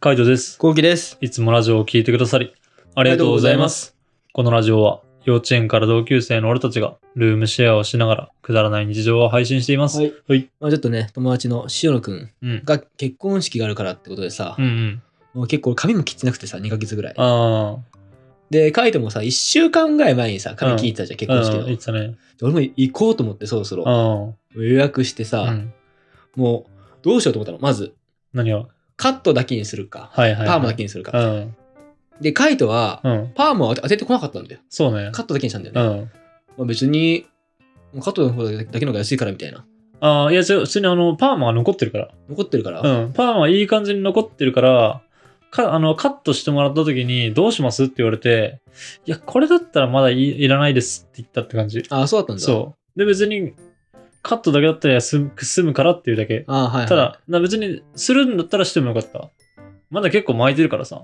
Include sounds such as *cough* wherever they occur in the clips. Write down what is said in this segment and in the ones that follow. カイトです。こうきです。いつもラジオを聞いてくださり、ありがとうございます。このラジオは、幼稚園から同級生の俺たちが、ルームシェアをしながら、くだらない日常を配信しています。はい。はいまあちょっとね、友達の塩野くんうん。が結婚式があるからってことでさうんう、ん。もう結構髪も切ってなくてさ、2ヶ月ぐらい。あで、カイトもさ、1週間ぐらい前にさ、髪切ってたじゃん、あ、結う婚ん式の。言ってたね。で俺も行こうと思って、そろそろ。あ予約してさ、あ。うん。もう、どうしようと思ったの。まず、何をカットだけにするか、はいはいはい。パーマだけにするか。うん。で、カイトは、うん。パーマを当ててこなかったんだよ。そうね。カットだけにしたんだようね。ん。まあ、別に、もうカットの方だけの方が安いからみたいな。ああ、いや、違う普通にあの、パーマが残ってるから。残ってるから、うん。パーマいい感じに残ってるから、か、あの、カットしてもらった時に、どうしますって言われて、いや、これだったらまだいいらないですって言ったって感じ。ああ、そうだったんだ。そう。で、別に、カットだけだったら済む済むからっていうだけ。ああ、はい、はい。ただ、な別に、するんだったらしてもよかった。まだ結構巻いてるからさ。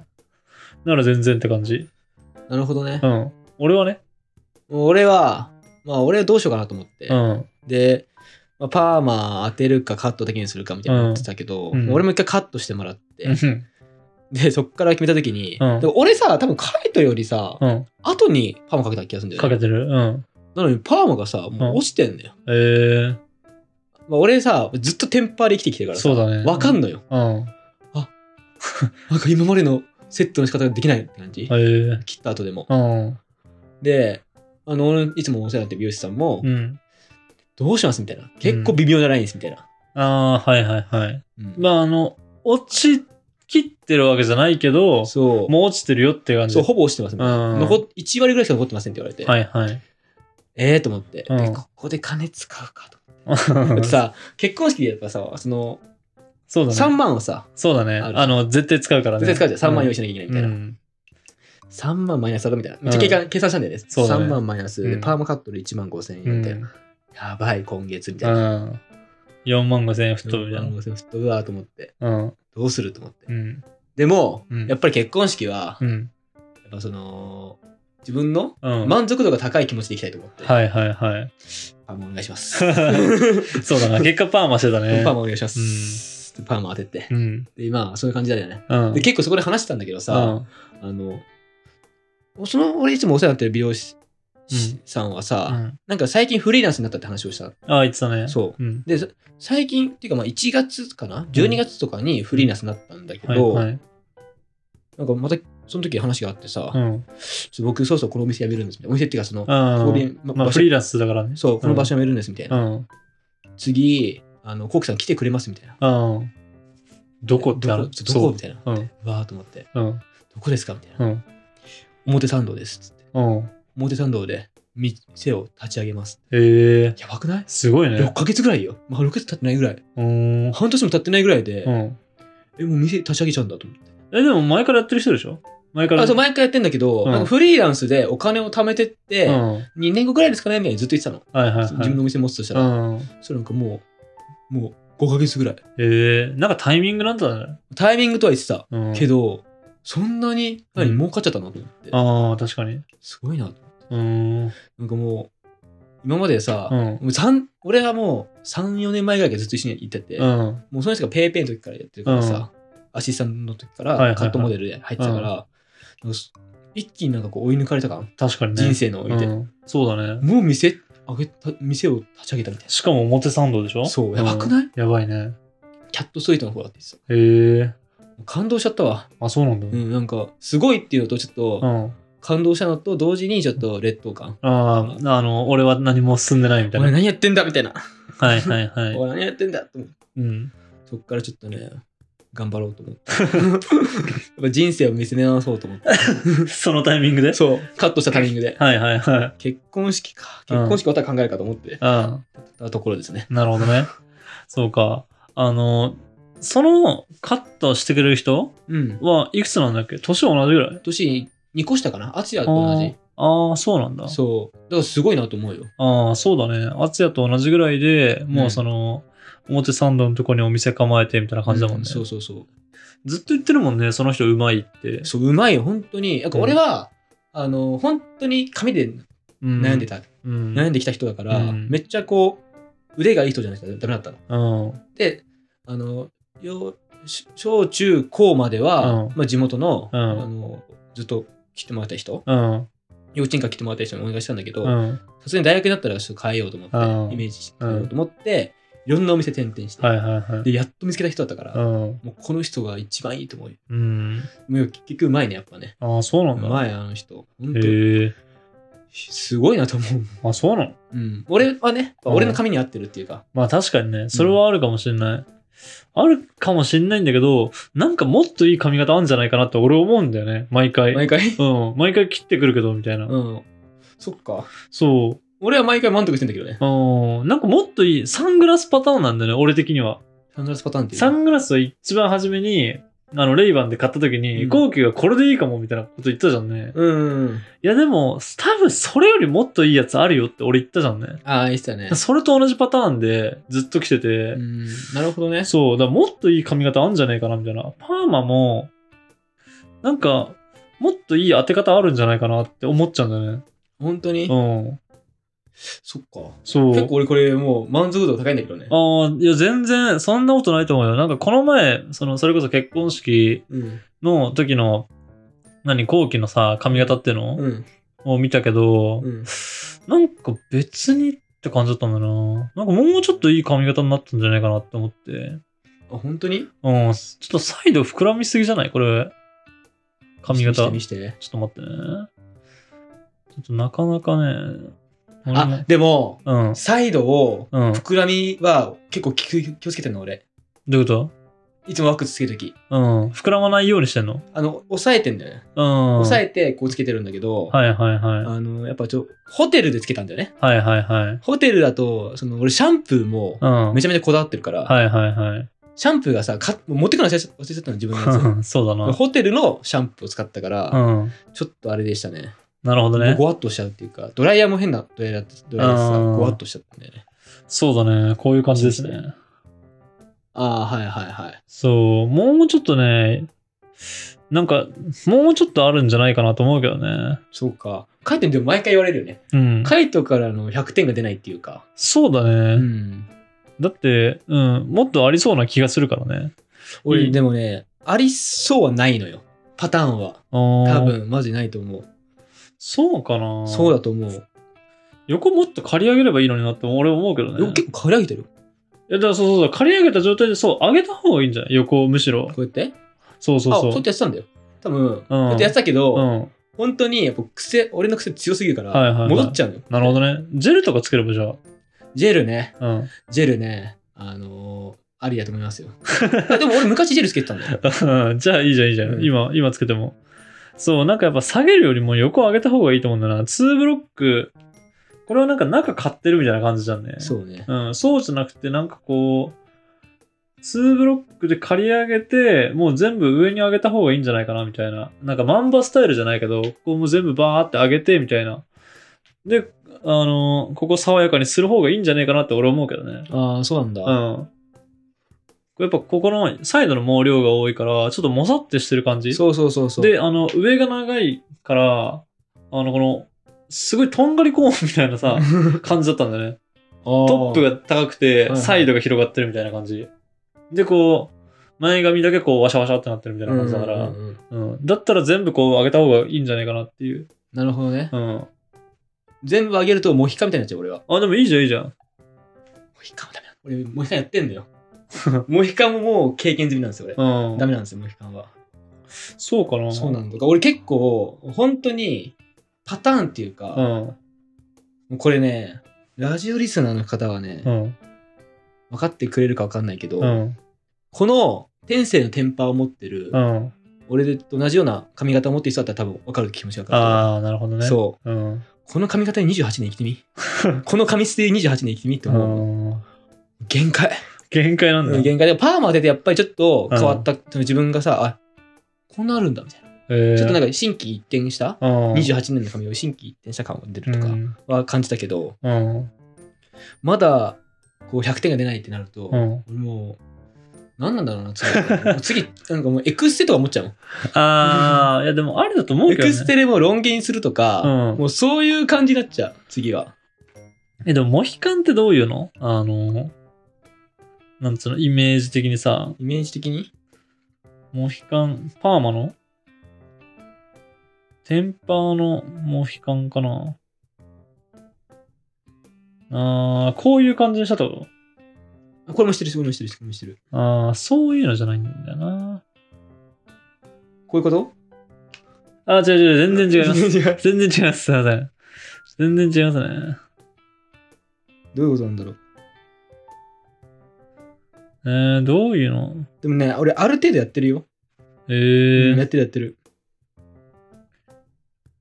なら全然って感じ。なるほどねう。ん。俺はね。もう俺は、まあ俺はどうしようかなと思って。うん。で、まあ、パーマ当てるかカットだけにするかみたいなの言ってたけど、うんうんもう俺も一回カットしてもらって、うん。 *laughs* で、そっから決めた時に、うんでも俺さ、多分カイトよりさ、うん。後にパーマかけた気がするんだよかね。けてるうん。なのにパーマがさ、もう落ちてんだよ。えー、まあ、俺さ、ずっとテンパーで生きてきてるからさ、そうだね。わかんのよ。うん。なんか今までのセットの仕方ができないって感じ。えー、切った後でも。うん。で、あの、俺いつもお世話になってる美容師さんも、うん。どうしますみたいな。結構微妙なラインですみたいな。ああ、はいはいはい。うんまあ、あの、落ちきってるわけじゃないけど、そう。もう落ちてるよって感じ。そう、ほぼ落ちてまうす、ん残っ1割ぐらいしか残ってませんって言われて、はいはい。ええと思って、うんでここで金使うかと。だってさ、結婚式でやっぱさ、その *laughs* そうだね。 3万をさ、そうだね。あるあの、絶対使うからね。絶対使うじゃん、3万用意ししなきゃいけないてみたいな。3万マイナスだろみたいな。めっちゃ計算計算したんだよね。そうだね3万マイナスうで、んパーマカットで1万5千円みたいな。やばい、今月みたいな。うん。4万5千円吹っ飛ぶじゃ4万ん。 5千円吹っ飛ぶわと思って、うん。どうすると思ってう。ん。でも、うんやっぱり結婚式は、うやん。っぱその、自分のうん。満足度が高い気持ちでいきたいと思って、はいはいはい。パーマお願いします。 *laughs* そう *laughs* だな。結果パーマしてたね。パーマお願いします。パーマ当てて。うん。で、まあ、そういう感じだよね。うん。で、結構そこで話してたんだけどさ、さ、あの、その、俺いつもお世話になってる美容師うんさんはうさ、ん。あなんか最近フリーランスになったって話をした。あ、言ってたね。。そううん。で、さ最近っていうか、まあ、1月かな ?12 月とかにフリーランスになったんだけはいど、はい。なんかまた、その時話があってさ、うん。ちょ僕、そうそうこのお店辞めるんですみたいな。お店っていうか、その、ここうでん。ままあ、場所フリーランスだからね。そう、この場所。所辞めるんですみたいうな。ん。次、あの、コウキさん来てくれますみたいな。うん。どこってあるどどこみたいな。そううん。うわーと思って、うん。どこですかみたいな。うん。表参道です。つってうん。表参道で店を立ち上げます。へえ。やばくないすごいね。 ?6 ヶ月ぐらいよ。まあ、6ヶ月経ってないぐらい。うーん。半年も経ってないぐらいで、うん。え、もう店立ち上げちゃうんだと思って。え、でも前からやってる人でしょ前から。あ、そう、毎回やってんだけど、うんなんかフリーランスでお金を貯めてって、うん。 2年後ぐらいですかねみたいにずっと言ってたの。はいはいはい。自分のお店持つとしたら。うん。それなんかもう、もう5ヶ月ぐらい。えー、なんかタイミングなんだね。タイミングとは言ってた。うん、けど、そんなに、何、うん儲かっちゃったのと思って。ああ、確かに。すごいな。うーん。なんかもう、今までさ、うん。もう三俺はもう3、4年前ぐらいからずっと一緒に行ってて、うん。もうその人がペイペイの時からやってるからさ、アシスタントの時かはいはいはらいカットモデルで入ってたから、なんかそ一気になんかこう追い抜かれた感、確かにね。人生の追いで、うんそうだね。もう店あげた店を立ち上げたみたいしかも表参道でしょな。そう、やばくない、うんやばいね。キャットストリートの方だってさ、へえー。感動しちゃったわ。あ、そうなんだ。うん、なんか、すごいっていうのと、ちょっうと、ん。感動したのと、同時にちょっと劣等感。ああ、あの、俺は何も進んでないみたい俺な。何やってんだみたいな。はいはいはい。 *laughs* 俺何やってんだと思ってうん。 *laughs* そっからちょっとね、頑張ろうと思って。 *laughs* やっぱ人生を見せ直そうと思って。 *laughs* そのタイミングでそう、カットしたタイミングで。はいはいはい。結婚式か。うん結婚式終わったら考えるかと思ってうん。たところですね。なるほどね。そうか。あの、そのカットしてくれる人うん。はいくつなんだっけ年同じぐらい年2個下かなアツヤと同じ。ああ、そうなんだ。そう。だからすごいなと思うよ。ああ、そうだね。敦也と同じぐらいで、もううんその、表参道のとこにお店構えてみたいな感じだもんね。うそうそうそずっと言ってるもんね、その人うまいってう。。そう、うまいよ、本当に。なんか俺は、あの、本当に髪で悩んでた。た、うん。悩んでできた人だから、うんめっちゃこう、腕がいい人じゃないとダメだったの。うん。で、あの、よし小中高までは、うんまあ、地元の,、うんあのずっと来てもらった人うん。幼稚園から来てもらった人にお願いしたんだけどうさん。すがに大学になったらちょっと変えようと思って、うんイメージして変えようと思って、いろんなお店転々して、はいはいはい。でやっと見つけた人だったから、うん。もうこの人が一番いいと思うようん。もう結局うまいねやっぱねああ、そうなうんだ。まいあの人本当へえ。すごいなと思う、あ、そうなのうん、俺はねうん俺の髪に合ってるっていうか、まあ確かにね、それはあるかもしれない。あるかもしれないんだけど、なんかもっといい髪型あるんじゃないかなって俺思うんだよね、毎回。毎回うん、毎回切ってくるけど、みたいな。うんそっかそ俺は毎回満足してんだけどねう。うん、なんかもっといい、サングラスパターンなんだよね、俺的には。サングラスパターンっていうサングラスを一番初めに、あの、レイバンで買った時うに、んゴーキがこれでいいかも、みたいなこと言ったじゃんね。うんいやでも、多分それよりもっといいやつあるよって俺言ったじゃんね。ああ言ってたねそれと同じパターンでずっと来てて、うんなるほどねそう、だからもっといい髪型あんじゃないかな、みたいな。パーマも、なんか、もっといい当て方あるんじゃないかなって思っちゃうんだよね。本当にうん。そっかそ結う。構俺これもう満足度高いんだけどねああ、いや、全然、そんなことないと思うよ。なんか、この前、その、それこそ結婚式うんの時の、何、後期のさ、髪型っていうの、うんを見たけど、うんなんか別にって感じだったんだな。なんかもうちょっといい髪型になったんじゃないかなって思って。あ本当にうん、ちょっとサイド膨らみすぎじゃないこれ。髪型。見して見してちょっと待ってね。ちょっとなかなかね。俺あもでもうん。サイドをうん。膨らみは結構気を気をつけてるの俺どういうこいつもワックスつけるときとうん。膨らまないようにしてんのあの押さえてんだよねうん。押さえてこうつけてるんだけど、はいはいはい。あのやっぱちょホテルでつけたんだよねはいはいはい。ホテルだとその俺シャンプーもうん。めちゃめちゃこだわってるから、はいはいはい。シャンプーがさか持ってくの忘れちゃ忘れちゃったの自分のや *laughs* そうだつな。ホテルのシャンプーを使ったから、うん。ちょっとあれでしたねなるほどね。ごわっとしちゃうっていうかドライヤーも変なドライヤーだったドライヤーでさうんごわっとしちゃったんだよねそうだね。こういう感じですね。ああはいはいはいそう、もうちょっとね、なんか、もうちょっとあるんじゃないかなと思うけどね。そうかカイトにでも毎回言われるよねうん。カイトからの100点が出ないっていうかそうだね。うんだって、うん、もっとありそうな気がするからね。い俺いでもねありそうはないのよパターンは多多。分マジないと思うそうかな。そうだと思う。横もっと刈り上げればいいのになって俺は思うけどね。よ結構刈り上げてる。いやだからそうそうそう、刈り上げた状態で、そう、上げた方がいいんじゃない横をむしろこ。うやってそうそうあ、そうそやうって。やってたんだよ。多分、こうやってやってたけど、うん。は本当にやっぱ癖、俺の癖強すぎるから、いはいはい。戻っちゃうのよ。なるほどね。ジェルとかつければじゃあ。ジェルね、うん。ジェルね、あのーありだと思 *laughs* いますよ。あでも俺昔ジェルつけてたんだよ。うん *laughs* じゃあいいじゃんいいじゃん、うん今今つけてもそうなんかやっぱ下げるよりも横上げた方がいいと思うんだな2ブロックこれはなんか中買ってるみたいな感じじゃんねう,、そうね。ん、そうじゃなくてなんかこう2ブロックで刈り上げてもう全部上に上げた方がいいんじゃないかなみたいななんかマンバスタイルじゃないけどここも全部バーって上げてみたいなであのここ爽やかにする方がいいんじゃねえかなって俺思うけどねああ、そうなんだ。うん。やっぱここのサイドの毛量が多いから、ちょっともさってしてる感じ。そうそうそうそう。 *laughs* で、あの、上が長いから、あの、この、すごいとんがりコーンみたいなさ、感じだったんだよね。トトップ。が高くいて、はいサイドが広がってるみたいな感じ。で、こう、前髪だけこう、ワシャワシャってなってるみたいな感じだから、うんうんうんうんだったら全部こう、上げた方がいいんじゃないかなっていう。なるほどね。うん。全部上げるとモヒカンみたいになっちゃう、俺は。あ、でもいいじゃん、いいじゃん。モヒカンはダメだ。俺、モヒカンやってんだよ。 *laughs* モヒカンももう経験済みなんですよ、俺。うんダ。メなんですよ、モヒカンは。そうかな。そうなんだ。俺結構、本当に、パターンっていうか、もうん。うこれね、ラジオリスナーの方はね、うん。分かってくれるか分かんないけど、うん。この天性のテンパーを持ってる、うん。俺と同じような髪型を持ってる人だったら多分分かる気持ちが分かああ、なるほどる。ね。そう。うん。この髪型に28年生きてみ *laughs* この髪質で28年生きてみって思う。うん限界。限界なんだ。限界。でもパーマ当ててやっぱりちょっと変わった、自分がさ、あ、こんなあるんだみたいな。えーちょっとなんか心機一転した、うん28年の髪を心機一転した感が出るとかは感じたけど、うんうんまだこう100点が出ないってなると、うん俺もう何なんだろうな次 *laughs* もう次なんかもうエクステとか思っちゃうもんああ、いやでもあれだと思うエけど、ね。クステでもうロン毛にするとか、うんもうそういう感じになっちゃう次はえ、でもモヒカンってどういうのあの、なんつうの、イメージ的にさ、イメージ的にモヒカン、パーマのテンパーのモヒカンかな。あー、こういう感じにしたってことこれもしてるし、これもしてるし、これもしてる。あー、そういうのじゃないんだよな。こういうことあー、違う違う、全然違います。違う。全然違います。すいません。全然違いますね。 *laughs* どういうことなんだろう。えー、どういうのでもね、俺、ある程度やってるよ。えうんやーっ、てるやってる。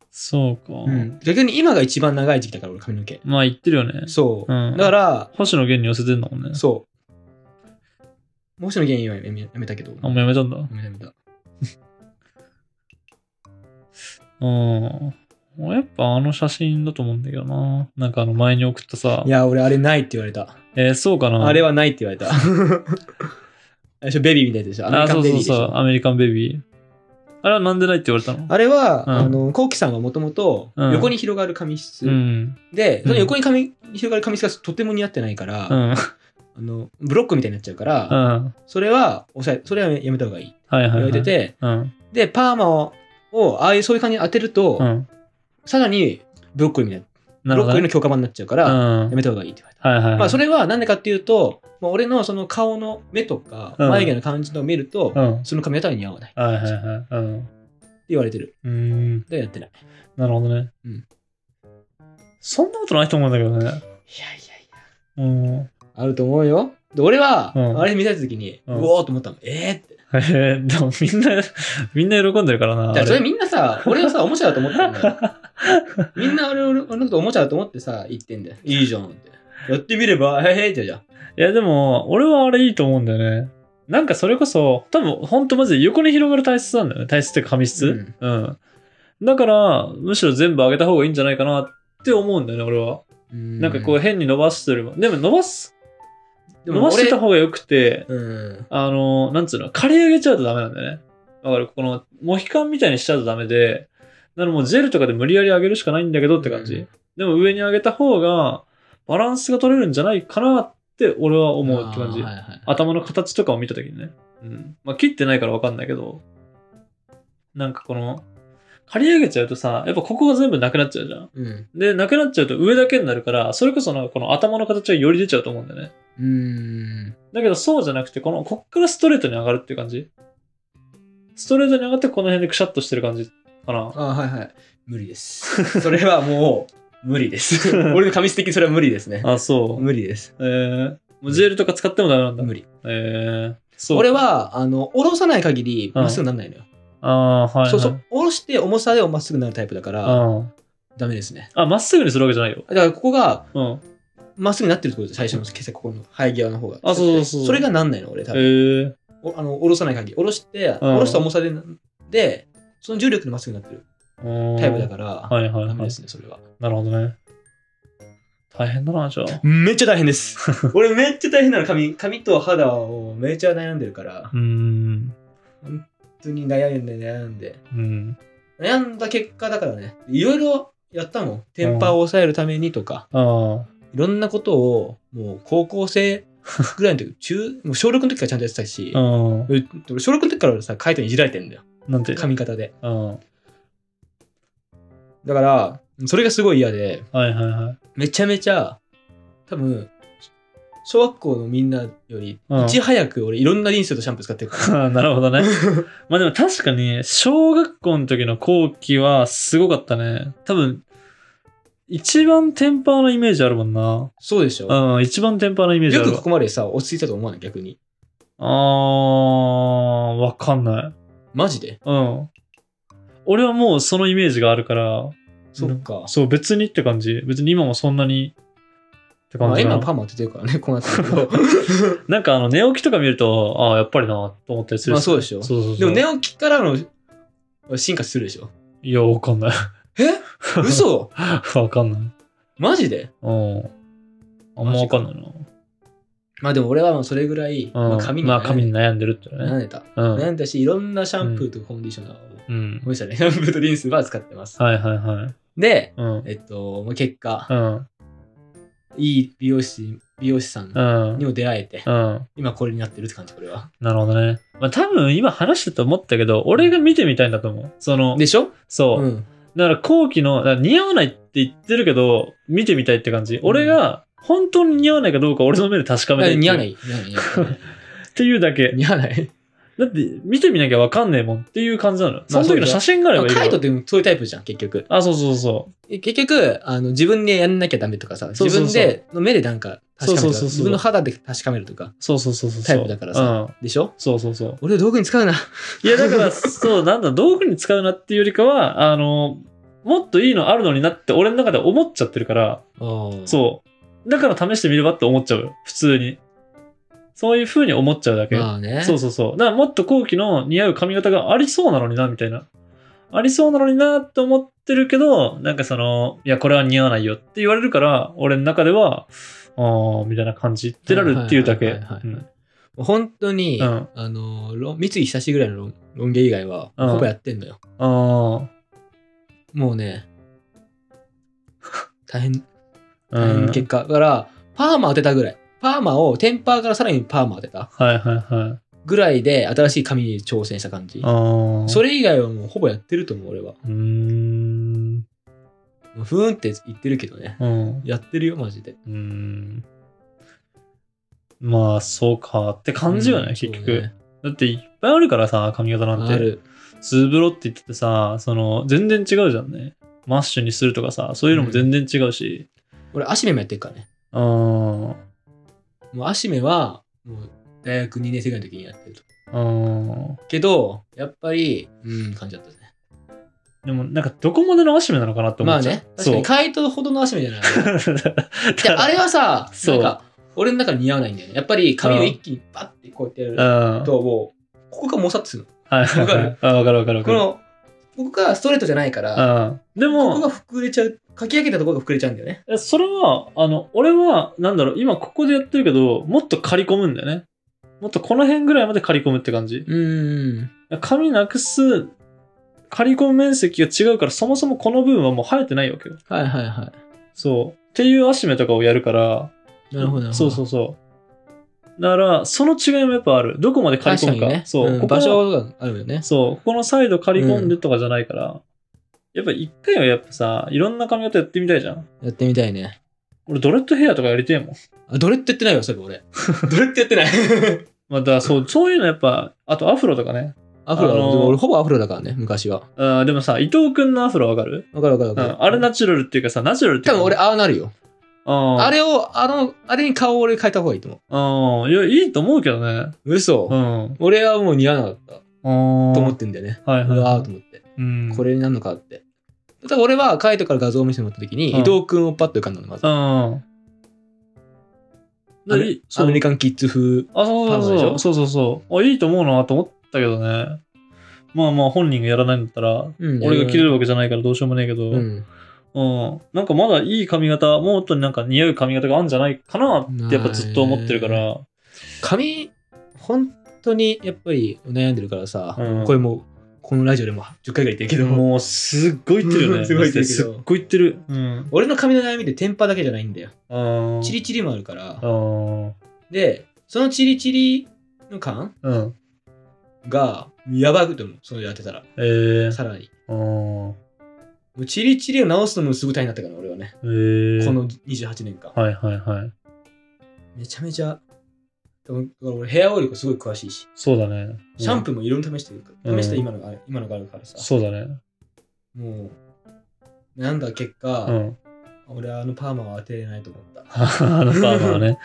そうか。うん。逆に今が一番長い時期だから、俺、髪の毛。まあ言ってるよね。そう。うんだから、星野源に寄せてんだもんね。そう。もう一の原因はやめやめたけど。あ、もうやめたんだ。やめたやめた。うん。俺やっぱあの写真だと思うんだけどな。なんかあの前に送ったさい。や、俺、あれないって言われた。えーそうかな。あれはないっ *laughs* て言われた。あれでしょベビーみたいでしょアメあ、リカそンうベビそーうでそう。しょアメリカンベビー。あれはなんでないって言われたのあれは、うんあの、コウキさんはもともとうん横に広がる髪質、うん。で、うんその横に髪広がる髪質がとても似合ってないから、うん。うん。あのブロックみたいになっちゃうから、はそれはおしゃれそれはやめた方がいいっていはい、言はわい。れてて、うん。で、パーマを、ああいうそういう感じに当てると、うん。さらにブロッコリーみたいなるな、ブロッほコどリね、ーの強化版になっちゃうから、うん。やめた方がいいって言われた。はいはいはい。まあ、それはなんでかっていうと、まあ、俺のその顔の目とか、うん眉毛の感じのを見ると、うん。その髪型に似合わないってはいはいはい。うん。言われてる。うーん。で、やってない。いなるほどね。うん。そんなことないと思うんだけどね。やいやいや。うん。 *laughs* あると思うよ。で、俺は、うんあれ見た時に、ううんおーと思ったの。えーって。えー、でもみんな、みんな喜んでるからな。だからあそれれみんなさ、俺をさ、おもちゃだと思ってん *laughs* だよ。みんな俺俺俺のことおもちゃだと思ってさ、言ってんだよ。いいじゃんって。やってみれば、へへーってじゃん。いやでも、俺はあれいいと思うんだよね。なんかそれこそ、多分ほんとマジで横に広がる体質なんだよね。体質っていうか髪質。うん。だから、むしろ全部上げた方がいいんじゃないかなって思うんだよね、俺は。ななんかこう変に伸ばすよりも。でも伸ばす、で伸もばし俺てた方が良くて、うん。あの、なんつうの、刈り上げちゃうとダメなんだよね。わかるこの、モヒカンみたいにしちゃうとダメで、なのでもうジェルとかで無理やり上げるしかないんだけどって感じ。うんでも上に上げた方が、バランスが取れるんじゃないかなって俺は思うって感じ。あーはいはい頭の形とかを見た時にね、うんまあ、切ってないから分かんないけどなんかこの刈り上げちゃうとさやっぱここが全部なくなっちゃうじゃんうん。でなくなっちゃうと上だけになるからそれこそなんかこの頭の形がより出ちゃうと思うんだよねうーん。だけどそうじゃなくてこのこっからストレートに上がるっていう感じストレートに上がってこの辺でくしゃっとしてる感じか *laughs* なあーはいはい。無理です。それはもう、無理 *laughs* です。俺の紙質的にそれは無理ですね。あそう無理です。えー、もうジェルとか使ってもダメなんだ無理。えー、そう俺は、あの、下ろさない限り、まっすぐなんないのよ。ああーはい、はい、そうそう。下ろして重さでまっすぐなるタイプだから、うんダメですね。あまっすぐにするわけじゃないよだからここが、うんまっすぐになってるってことで最初の、今朝ここの生え際の方が。あそうそうそうそれがなんないの、俺、多え分。ー、おあの、下ろさない限り。下ろして、下ろした重さで、で、その重力でまっすぐになってるタタイプだから、はいはいダメはでい。すね、それは。なるほどね。大変だな、 *laughs* じゃあ。めっちゃ大変です。 *laughs* 俺めっちゃ大変なの、髪。髪と肌をめっちゃ悩んでるから、うーん。普通に悩んで悩んで。うん。悩んだ結果だからね、いろいろやったもん。テンパーを抑えるためにとか、あいろんなことを、もう高校 *laughs* 生ぐらいの時、中、もう小6の時からちゃんとやってたしあ。う、ん。俺俺小6の時からさ、カイトにいじられてんだよ。なんて。髪型で。うん。はいだから、それがすごい嫌で、はいはい。めちゃめちゃ、多分、小学校のみんなより、うんいち早く俺いろんなリンスとシャンプー使ってるから。 *laughs* なるほどね。 *laughs* まあでも確かに、小学校の時の後期はすごかったね。多分、一番テンパーのイメージあるもんな。そうでしょうん、一番テンパーのイメージあよくるこわ。こまでさ、落ち着いたと思わない逆に。あー、わかんない。マジでうん。俺はもうそのイメージがあるから、そっか。そう、別にって感じ。別に今もそんなにってま感あ、じ今な。パーマ当ててるからね、こうな *laughs* ってるけど。なんかあの寝起きとか見ると、ああ、やっぱりなと思ったりするまあそうでしょそうそうでそうも寝起きからの進化するでしょ。いや、わかんない。え嘘 *laughs* わかんない。マジでうん。あんまわかんないな。まあでも俺はもうそれぐらい、うん。まあ、髪にまあ髪に悩悩んでるってね。んでた。うん。悩んだし、いろんなシャンプーとコンディショナーを、うんごめん。なさいね、シャンプーとリンスは使ってます。はいはいはい。で、うん。えっと、まあ、結果、うん。いい美容師、美容師さんうん。にも出会えて、うん。今これになってるって感じ、これは。なるほどね。まあ多分今話してて思ったけど、俺が見てみたいんだと思う。その、でしょそう。うん。だから後期の、だから似合わないって言ってるけど、見てみたいって感じ。俺が本当に似合わないかどうか俺の目で確かめたい。。似合わないい。似合わ *laughs* ない。っていうだけ。似合わない。だって見てみなきゃわかんねえもんっていう感じなの。その時の写真があればいいカイトっよ。てそういうタイプじゃん、結局。あ、そうそうそ結局、あの自分でやんなきゃダメとかさ、そ自うそうそう分での目でなんか確かめそうるそうとそうか、そう自分の肌で確かめるとか、う。そうそうそうそうそう。タイプだからさうん。でしょそうそうそう。俺を道具に使うな。いや、だから、そう、なんだ、道具に使うなっていうよりかは、あの、もっといいのあるのになって俺の中で思っちゃってるから、そう。だから試してみればって思っちゃうよ。普通に。そういう風に思っちゃうだけ。まあね。そうそうそう。だからもっと後期の似合う髪型がありそうなのにな、みたいな。ありそうなのになって思ってるけど、なんかその、いや、これは似合わないよって言われるから、俺の中では、あー、みたいな感じってなるっていうだけ。はいはいはいはいはういん本当に、うんあのロン三井久志ぐらいのロンロン毛以外はうんほぼやってんのよ、あもう *laughs* ね大変ー、大変う。なん結果、だからパーマ当てたぐらいパーマをテンパーからさらにパーマ当てたはいはいはい。ぐらいで新しい髪に挑戦した感じああ。それれ以外はもうほぼやってると思う俺はうーん。もうふーんって言ってるけどねうん。やってるよマジでうーん。まあ、そうかって感じよね、うん結局、そうねだっていっぱいあるからさ、髪型なんて。あるツーブロって言っててさ、その、全然違うじゃんね。マッシュにするとかさ、そういうのも全然違うし。俺アシメもやってるからねうん。うん。もうアシメはもう大学2年生ぐらいの時にやってるとけどやっぱりうん感じだったねでも、なんか、どこまでのマッシュなのかなって思まあっちゃう。ね、確かにそう。怪盗ほどの足目じ *laughs* ゃない。いや、あれれはさ、そなうんか、俺の中に似合わないんだよね。やっぱり髪を一気にバッてこうやってや *laughs* うるん。と、もう、ここがもさっとするはいはいはい。 *laughs* あわかるわかるわかの。こる。の、ここがストレートじゃないから、うん。でここも、が膨れちゃう、かき上げたところが膨れちゃうんだよね。えそれは、あの、俺は、なんだろう、今ここでやってるけど、もっと刈り込むんだよね。もっとこの辺ぐらいまで刈り込むって感じ。うん。髪なくす、刈り込む面積が違うから、そもそもこの部分はもう生えてないわけよ。はいはいはそう。っていうアシメとかをやるから。い。なるほど。そうそうう。そう。だから、その違いもやっぱある。どこまで刈り確込かむにか。ね。そう、んここ場の所があるよね。そう。ここのサイド刈り込んでとかじゃないから。やっぱ一回はやっぱさ、いろんな髪型やってみたいじゃん。やってみたいね。俺ドレッドヘアとかやりてえもん。あ、ドレッドやってないよ、そ *laughs* れ俺。ドレッドやってない。まあだからそう、そういうのやっぱ、あとアフロとかね。 *laughs* アフロあだ、のーでも俺ほぼアフロだからね、昔は。あーでもさ、伊藤くんのアフロわかる、わかるわかるわうかる。ん、あれナチュラルっていうかさ、ナチュラルってい多うか。分俺、ああなるよ。ああれれを、あの、あれに顔を俺変えた方がいいと思あーいや、いいと思うけどね。う。嘘、うん。俺はもう似合わなかったとと思ってんだよね。はいはうい。わーと思って。うん、これになるのかって。ただ俺はカイトから画像を見せてもらった時に、うん伊藤君をパッと浮かんだの、まず。うん。アメいアメリカンキッズ風。あ、そうそうパンそダう。でそうそうそう。あ、いいと思うなと思ったけどね。まあまあ本人がやらないんだったら、うん俺が切れるわけじゃないからどうしようもねえけど、う。うんん。なんかまだいい髪型、もっとなんか似合う髪型があるんじゃないかなってやっぱずっと思ってるから。髪、本当にやっぱり悩んでるからさ、うんこれもう、このラジオでも10回ぐらい言ってるけど、もうすっごい言ってるよね。 *laughs* すごい言ってるけどすっごい言ってる。うん。俺の髪の悩みってテンパだけじゃないんだよ。あーチリチリもあるからあ。ーで、そのチリチリの感うん。が、やばいと思う。それやってたら。えー。さらに。あーもうチリチリを直すのもすごい大変だったから、俺はね。えー。この28年間。はいはいはい。めちゃめちゃ、でもだから俺ヘアオイルがすごい詳しいし、そうだね。シャンププーもいろいろ試してるかうんら、試して今のがある、今のがあるからさ。そうだね。もう、なんだ結果、うん。 *laughs* 俺はあのパーマは当てれないと思った。あのパーマはね。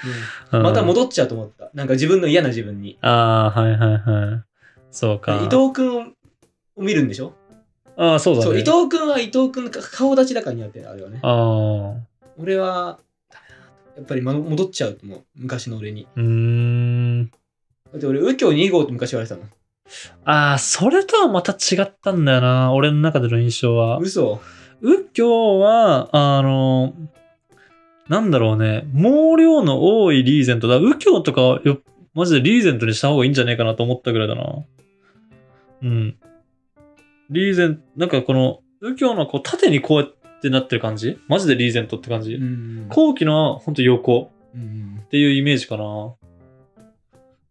うん *laughs* またっ戻っちゃうと思った。なんか自分の嫌な自分に。ああ、はいはいはい。そう伊か。藤君を見るんでしょああ、そうだね。そう、伊藤君は伊藤君の顔立ちだから似合ってるあれはね。ああ。俺は、ダメだなやっぱりま戻っちゃうと思う。昔の俺に。うーん。だって俺、右京2号って昔言われてたの。ああ、それとはまた違ったんだよな。俺の中での印象は。嘘右京は、あの、なんだろうね。毛量の多いリーゼントだ。右京とかはよ、マジでリーゼントにした方がいいんじゃないかなと思ったぐらいだな。うん。リーゼント、なんかこの、右京のこう縦にこうやっってなってる感じマジでリーゼントって感じ、うん後期のほんと横うんっていうイメージかな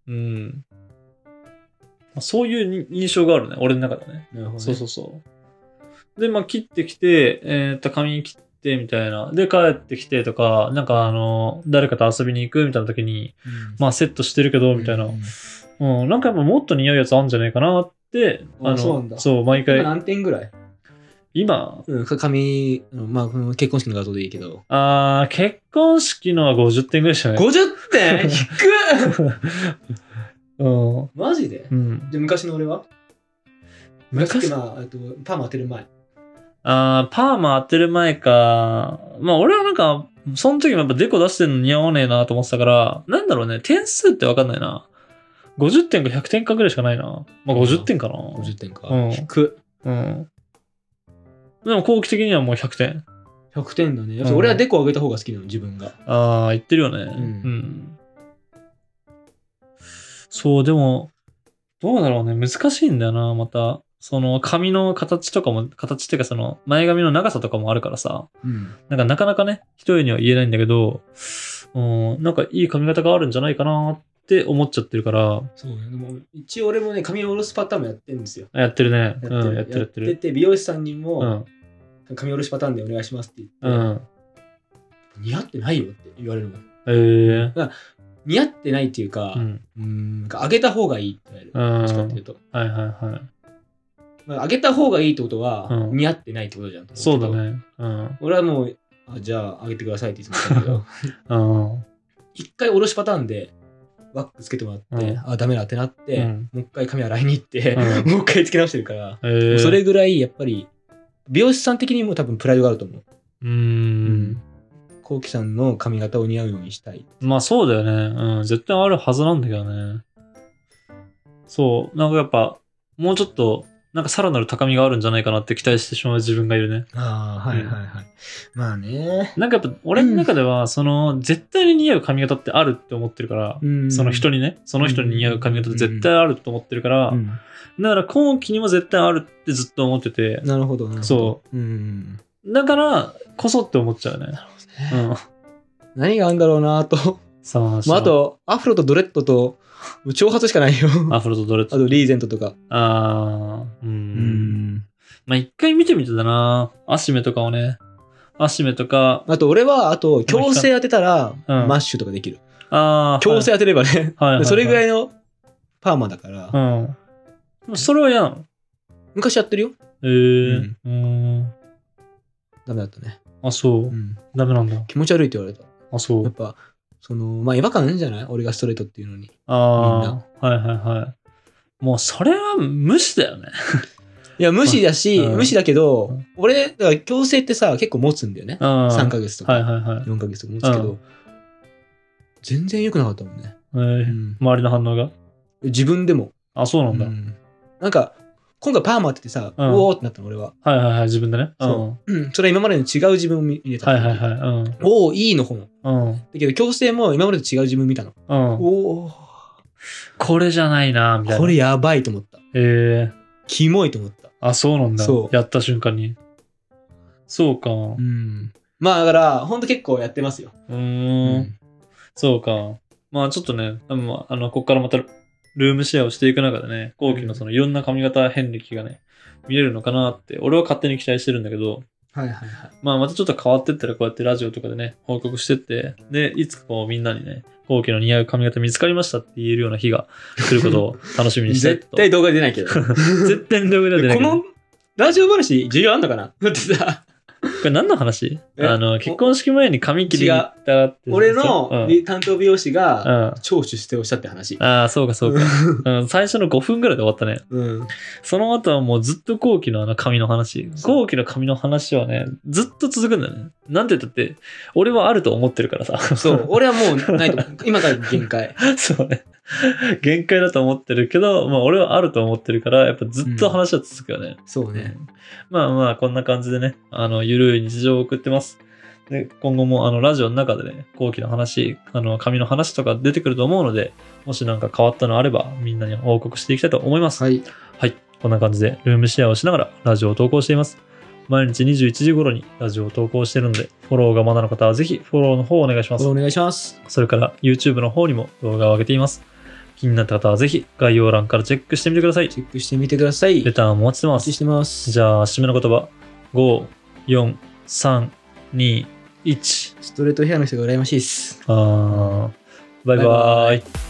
うんまあそういうに印象があるね俺の中でねなるほどねそうそうそう。で、まあ、切ってきて、えーっと、髪切ってみたいな。で、帰ってきてとか、なんか、あの、誰かと遊びに行くみたいな時に、うんまあ、セットしてるけど、みたいな。ううんん、なんかやっぱもっと似合うやつあるんじゃないかなって、ああの、そうなんだ毎今回、何点ぐらい今、うん、か髪、うんまあ、この結婚式の画像でいいけど。あー結婚式のは50点ぐらいしかない。 50点 *laughs* 低っうん。マジでうん。で、昔の俺は昔って、まあ、えっと、パーマ当てる前。あーパーマ当てる前か。まあ俺はなんか、その時もやっぱデコ出してるの似合わねえなと思ってたから、なんだろうね、点数ってわかんないな。50点か100点かぐらいしかないな。まあ50点かな。 50点か。うん低っうん。でも後期的にはもう100点。 100点だね。うん俺はデコ上げた方が好きなの、自分が。ああ、言ってるよね。うんうんそう、でも、どうだろうね、難しいんだよな、また。その髪の形とかも、形っていうかその前髪の長さとかもあるからさ。うん。なんかなかなかね、一重には言えないんだけど、うん、なんかいい髪型があるんじゃないかなって思っちゃってるから、そうね。でも、一応俺もね、髪を下ろすパターンもやってるんですよ。あやってるね。うやん、やってるやってやっる。てて、美容師さんにうも、ん、髪下ろしパターンでお願いしますってう言って、ん。似合ってないよって言われるもん。えー、似合ってないっていうかう、ん。うーん、なんか上げた方がいいって言う。われる。どっちかっていうんと。はいはいはい。まあ上げた方がいいってことは、うん似合ってないってことじゃん。そうだ。ね。うん。俺はもう、あじゃあ上げてくださいっていつも言ってたけど、うん。一回下ろしパターンで、ワックつけてもらって、うんあ、ダメだってなって、うんもう一回髪洗いに行って、うもう一回つけ直してるから、えー、それぐらいやっぱり、美容師さん的にも多分プライドがあると思う。うーん。こうきさんの髪型を似合うようにしたい。まあそうだよね。うん。絶対あるはずなんだけどね。そう。なんかやっぱ、もうちょっと、なんかさらなる高みがあるんじゃないかなって期待してしまう自分がいるね。ああ、はいはいはい。まあね。なんかやっぱ俺の中では、その絶対に似合う髪型ってあるって思ってるから、その人に、にねその人に似合う髪型って絶対あると思ってるから、うんだから今期にも絶対あるってずっと思っててなるほどなるほど。。そううん。だからこそって思っちゃうね、うん、何があるんだろうなと。さあまあ、あと、アフロとドレッドと、もう長髪しかないよ。アあフロとドレッドと、リーゼントとか。ああうん、う。まあ一回見てみてだなアシメとかをねアシメとかあと、俺は、あと、強制当てたら、うんマッシュとかできる。ああ強制当てればね。はいはいはいそれぐらいのパーマだかはら。いうんでもそれは嫌なの昔やってるよ。えー、うんダメだったね。あそう、うんダメなんだ気持ち悪いって言われた。あそうやっぱ、その、まあ、違和感ないんじゃない俺がストレートっていうのに。ああ、はいはいはい。もうそれは無視だよね。いや、無視だし、うん無視だけうどん、俺、だから強制ってさ、結構持つんだよね。うん。 3ヶ月とか。はいはいはい。 4ヶ月とか持つけど、う全然良くなかったもんね、えー周りの反応が。自分でも、あ、そうなんうだ。んなんか今回パーマっててさ、ううんおーってなったの俺は、はいはいはい、自分でね。うん。そうんそれは今までの違う自分を見見れたはいはいはい。おおいいの方だうん。うん。けど強制も今までと違う自分見たの、うん。おおこれじゃないな、みたいな。これやばいと思ったえー、キモいと思ったあ、そうなんだそ。うやった瞬間に。そうか。ううんまあだからほんと結構やってますよ、ーん。そうか。まあちょっとね、多分あの、こっからまたルームシェアをしていく中でね、後期のそのいろんな髪型遍歴がね、見れるのかなって、俺は勝手に期待してるんだけど、はいはいはいまあまたちょっと変わってったらこうやってラジオとかでね、報告してって、で、いつかこうみんなにね、後期の似合う髪型見つかりましたって言えるような日が来ることを *laughs* 楽しみにしたい絶と。対動画出な *laughs* いけどこ絶対に動画では出ないけど。のラジオ話需要あんの *laughs* かな *laughs* だってさこれ何の話えあの、結婚式前に髪切りに行ったって。俺うん。のうん。担当美容師が、あ聴取しておっしゃって話。あ、そうかそうか。うん、最初の5分ぐらいで終わったね。うん。その後はもうずっと後期のあの髪の話。そう後期の髪の話はね、ずっと続くんだよね。なんて言ったって、俺はあると思ってるからさ。そう、 *laughs* 俺はもうないと *laughs* 思う。今から限界。そうね。限界だと思ってるけど、まあ俺はあると思ってるから、やっぱずっと話は続くよね。そううね。んまあまあ、こんな感じでね、あの、ゆるい日常を送ってます。で、今後もあの、ラジオの中でね、後期の話、あの、紙の話とか出てくると思うので、もしなんか変わったのあれば、みんなに報告していきたいと思います。はい。はい、こんな感じでルームシェアをしながらラジオを投稿しています。毎日21時頃にラジオを投稿してるので、フォローがまだの方はぜひフォローの方をお願いしますお。願いします。それから YouTube の方にも動画を上げています。気になった方はぜひ概要欄からチェックしてみてください。チェックしてみてください。レターもお待ちしてまお待ちしす。てます。じゃあ、締めの言葉。5、4、3、2、1。ストレートヘアの人が羨ましいです。あーバイバババイイバーイ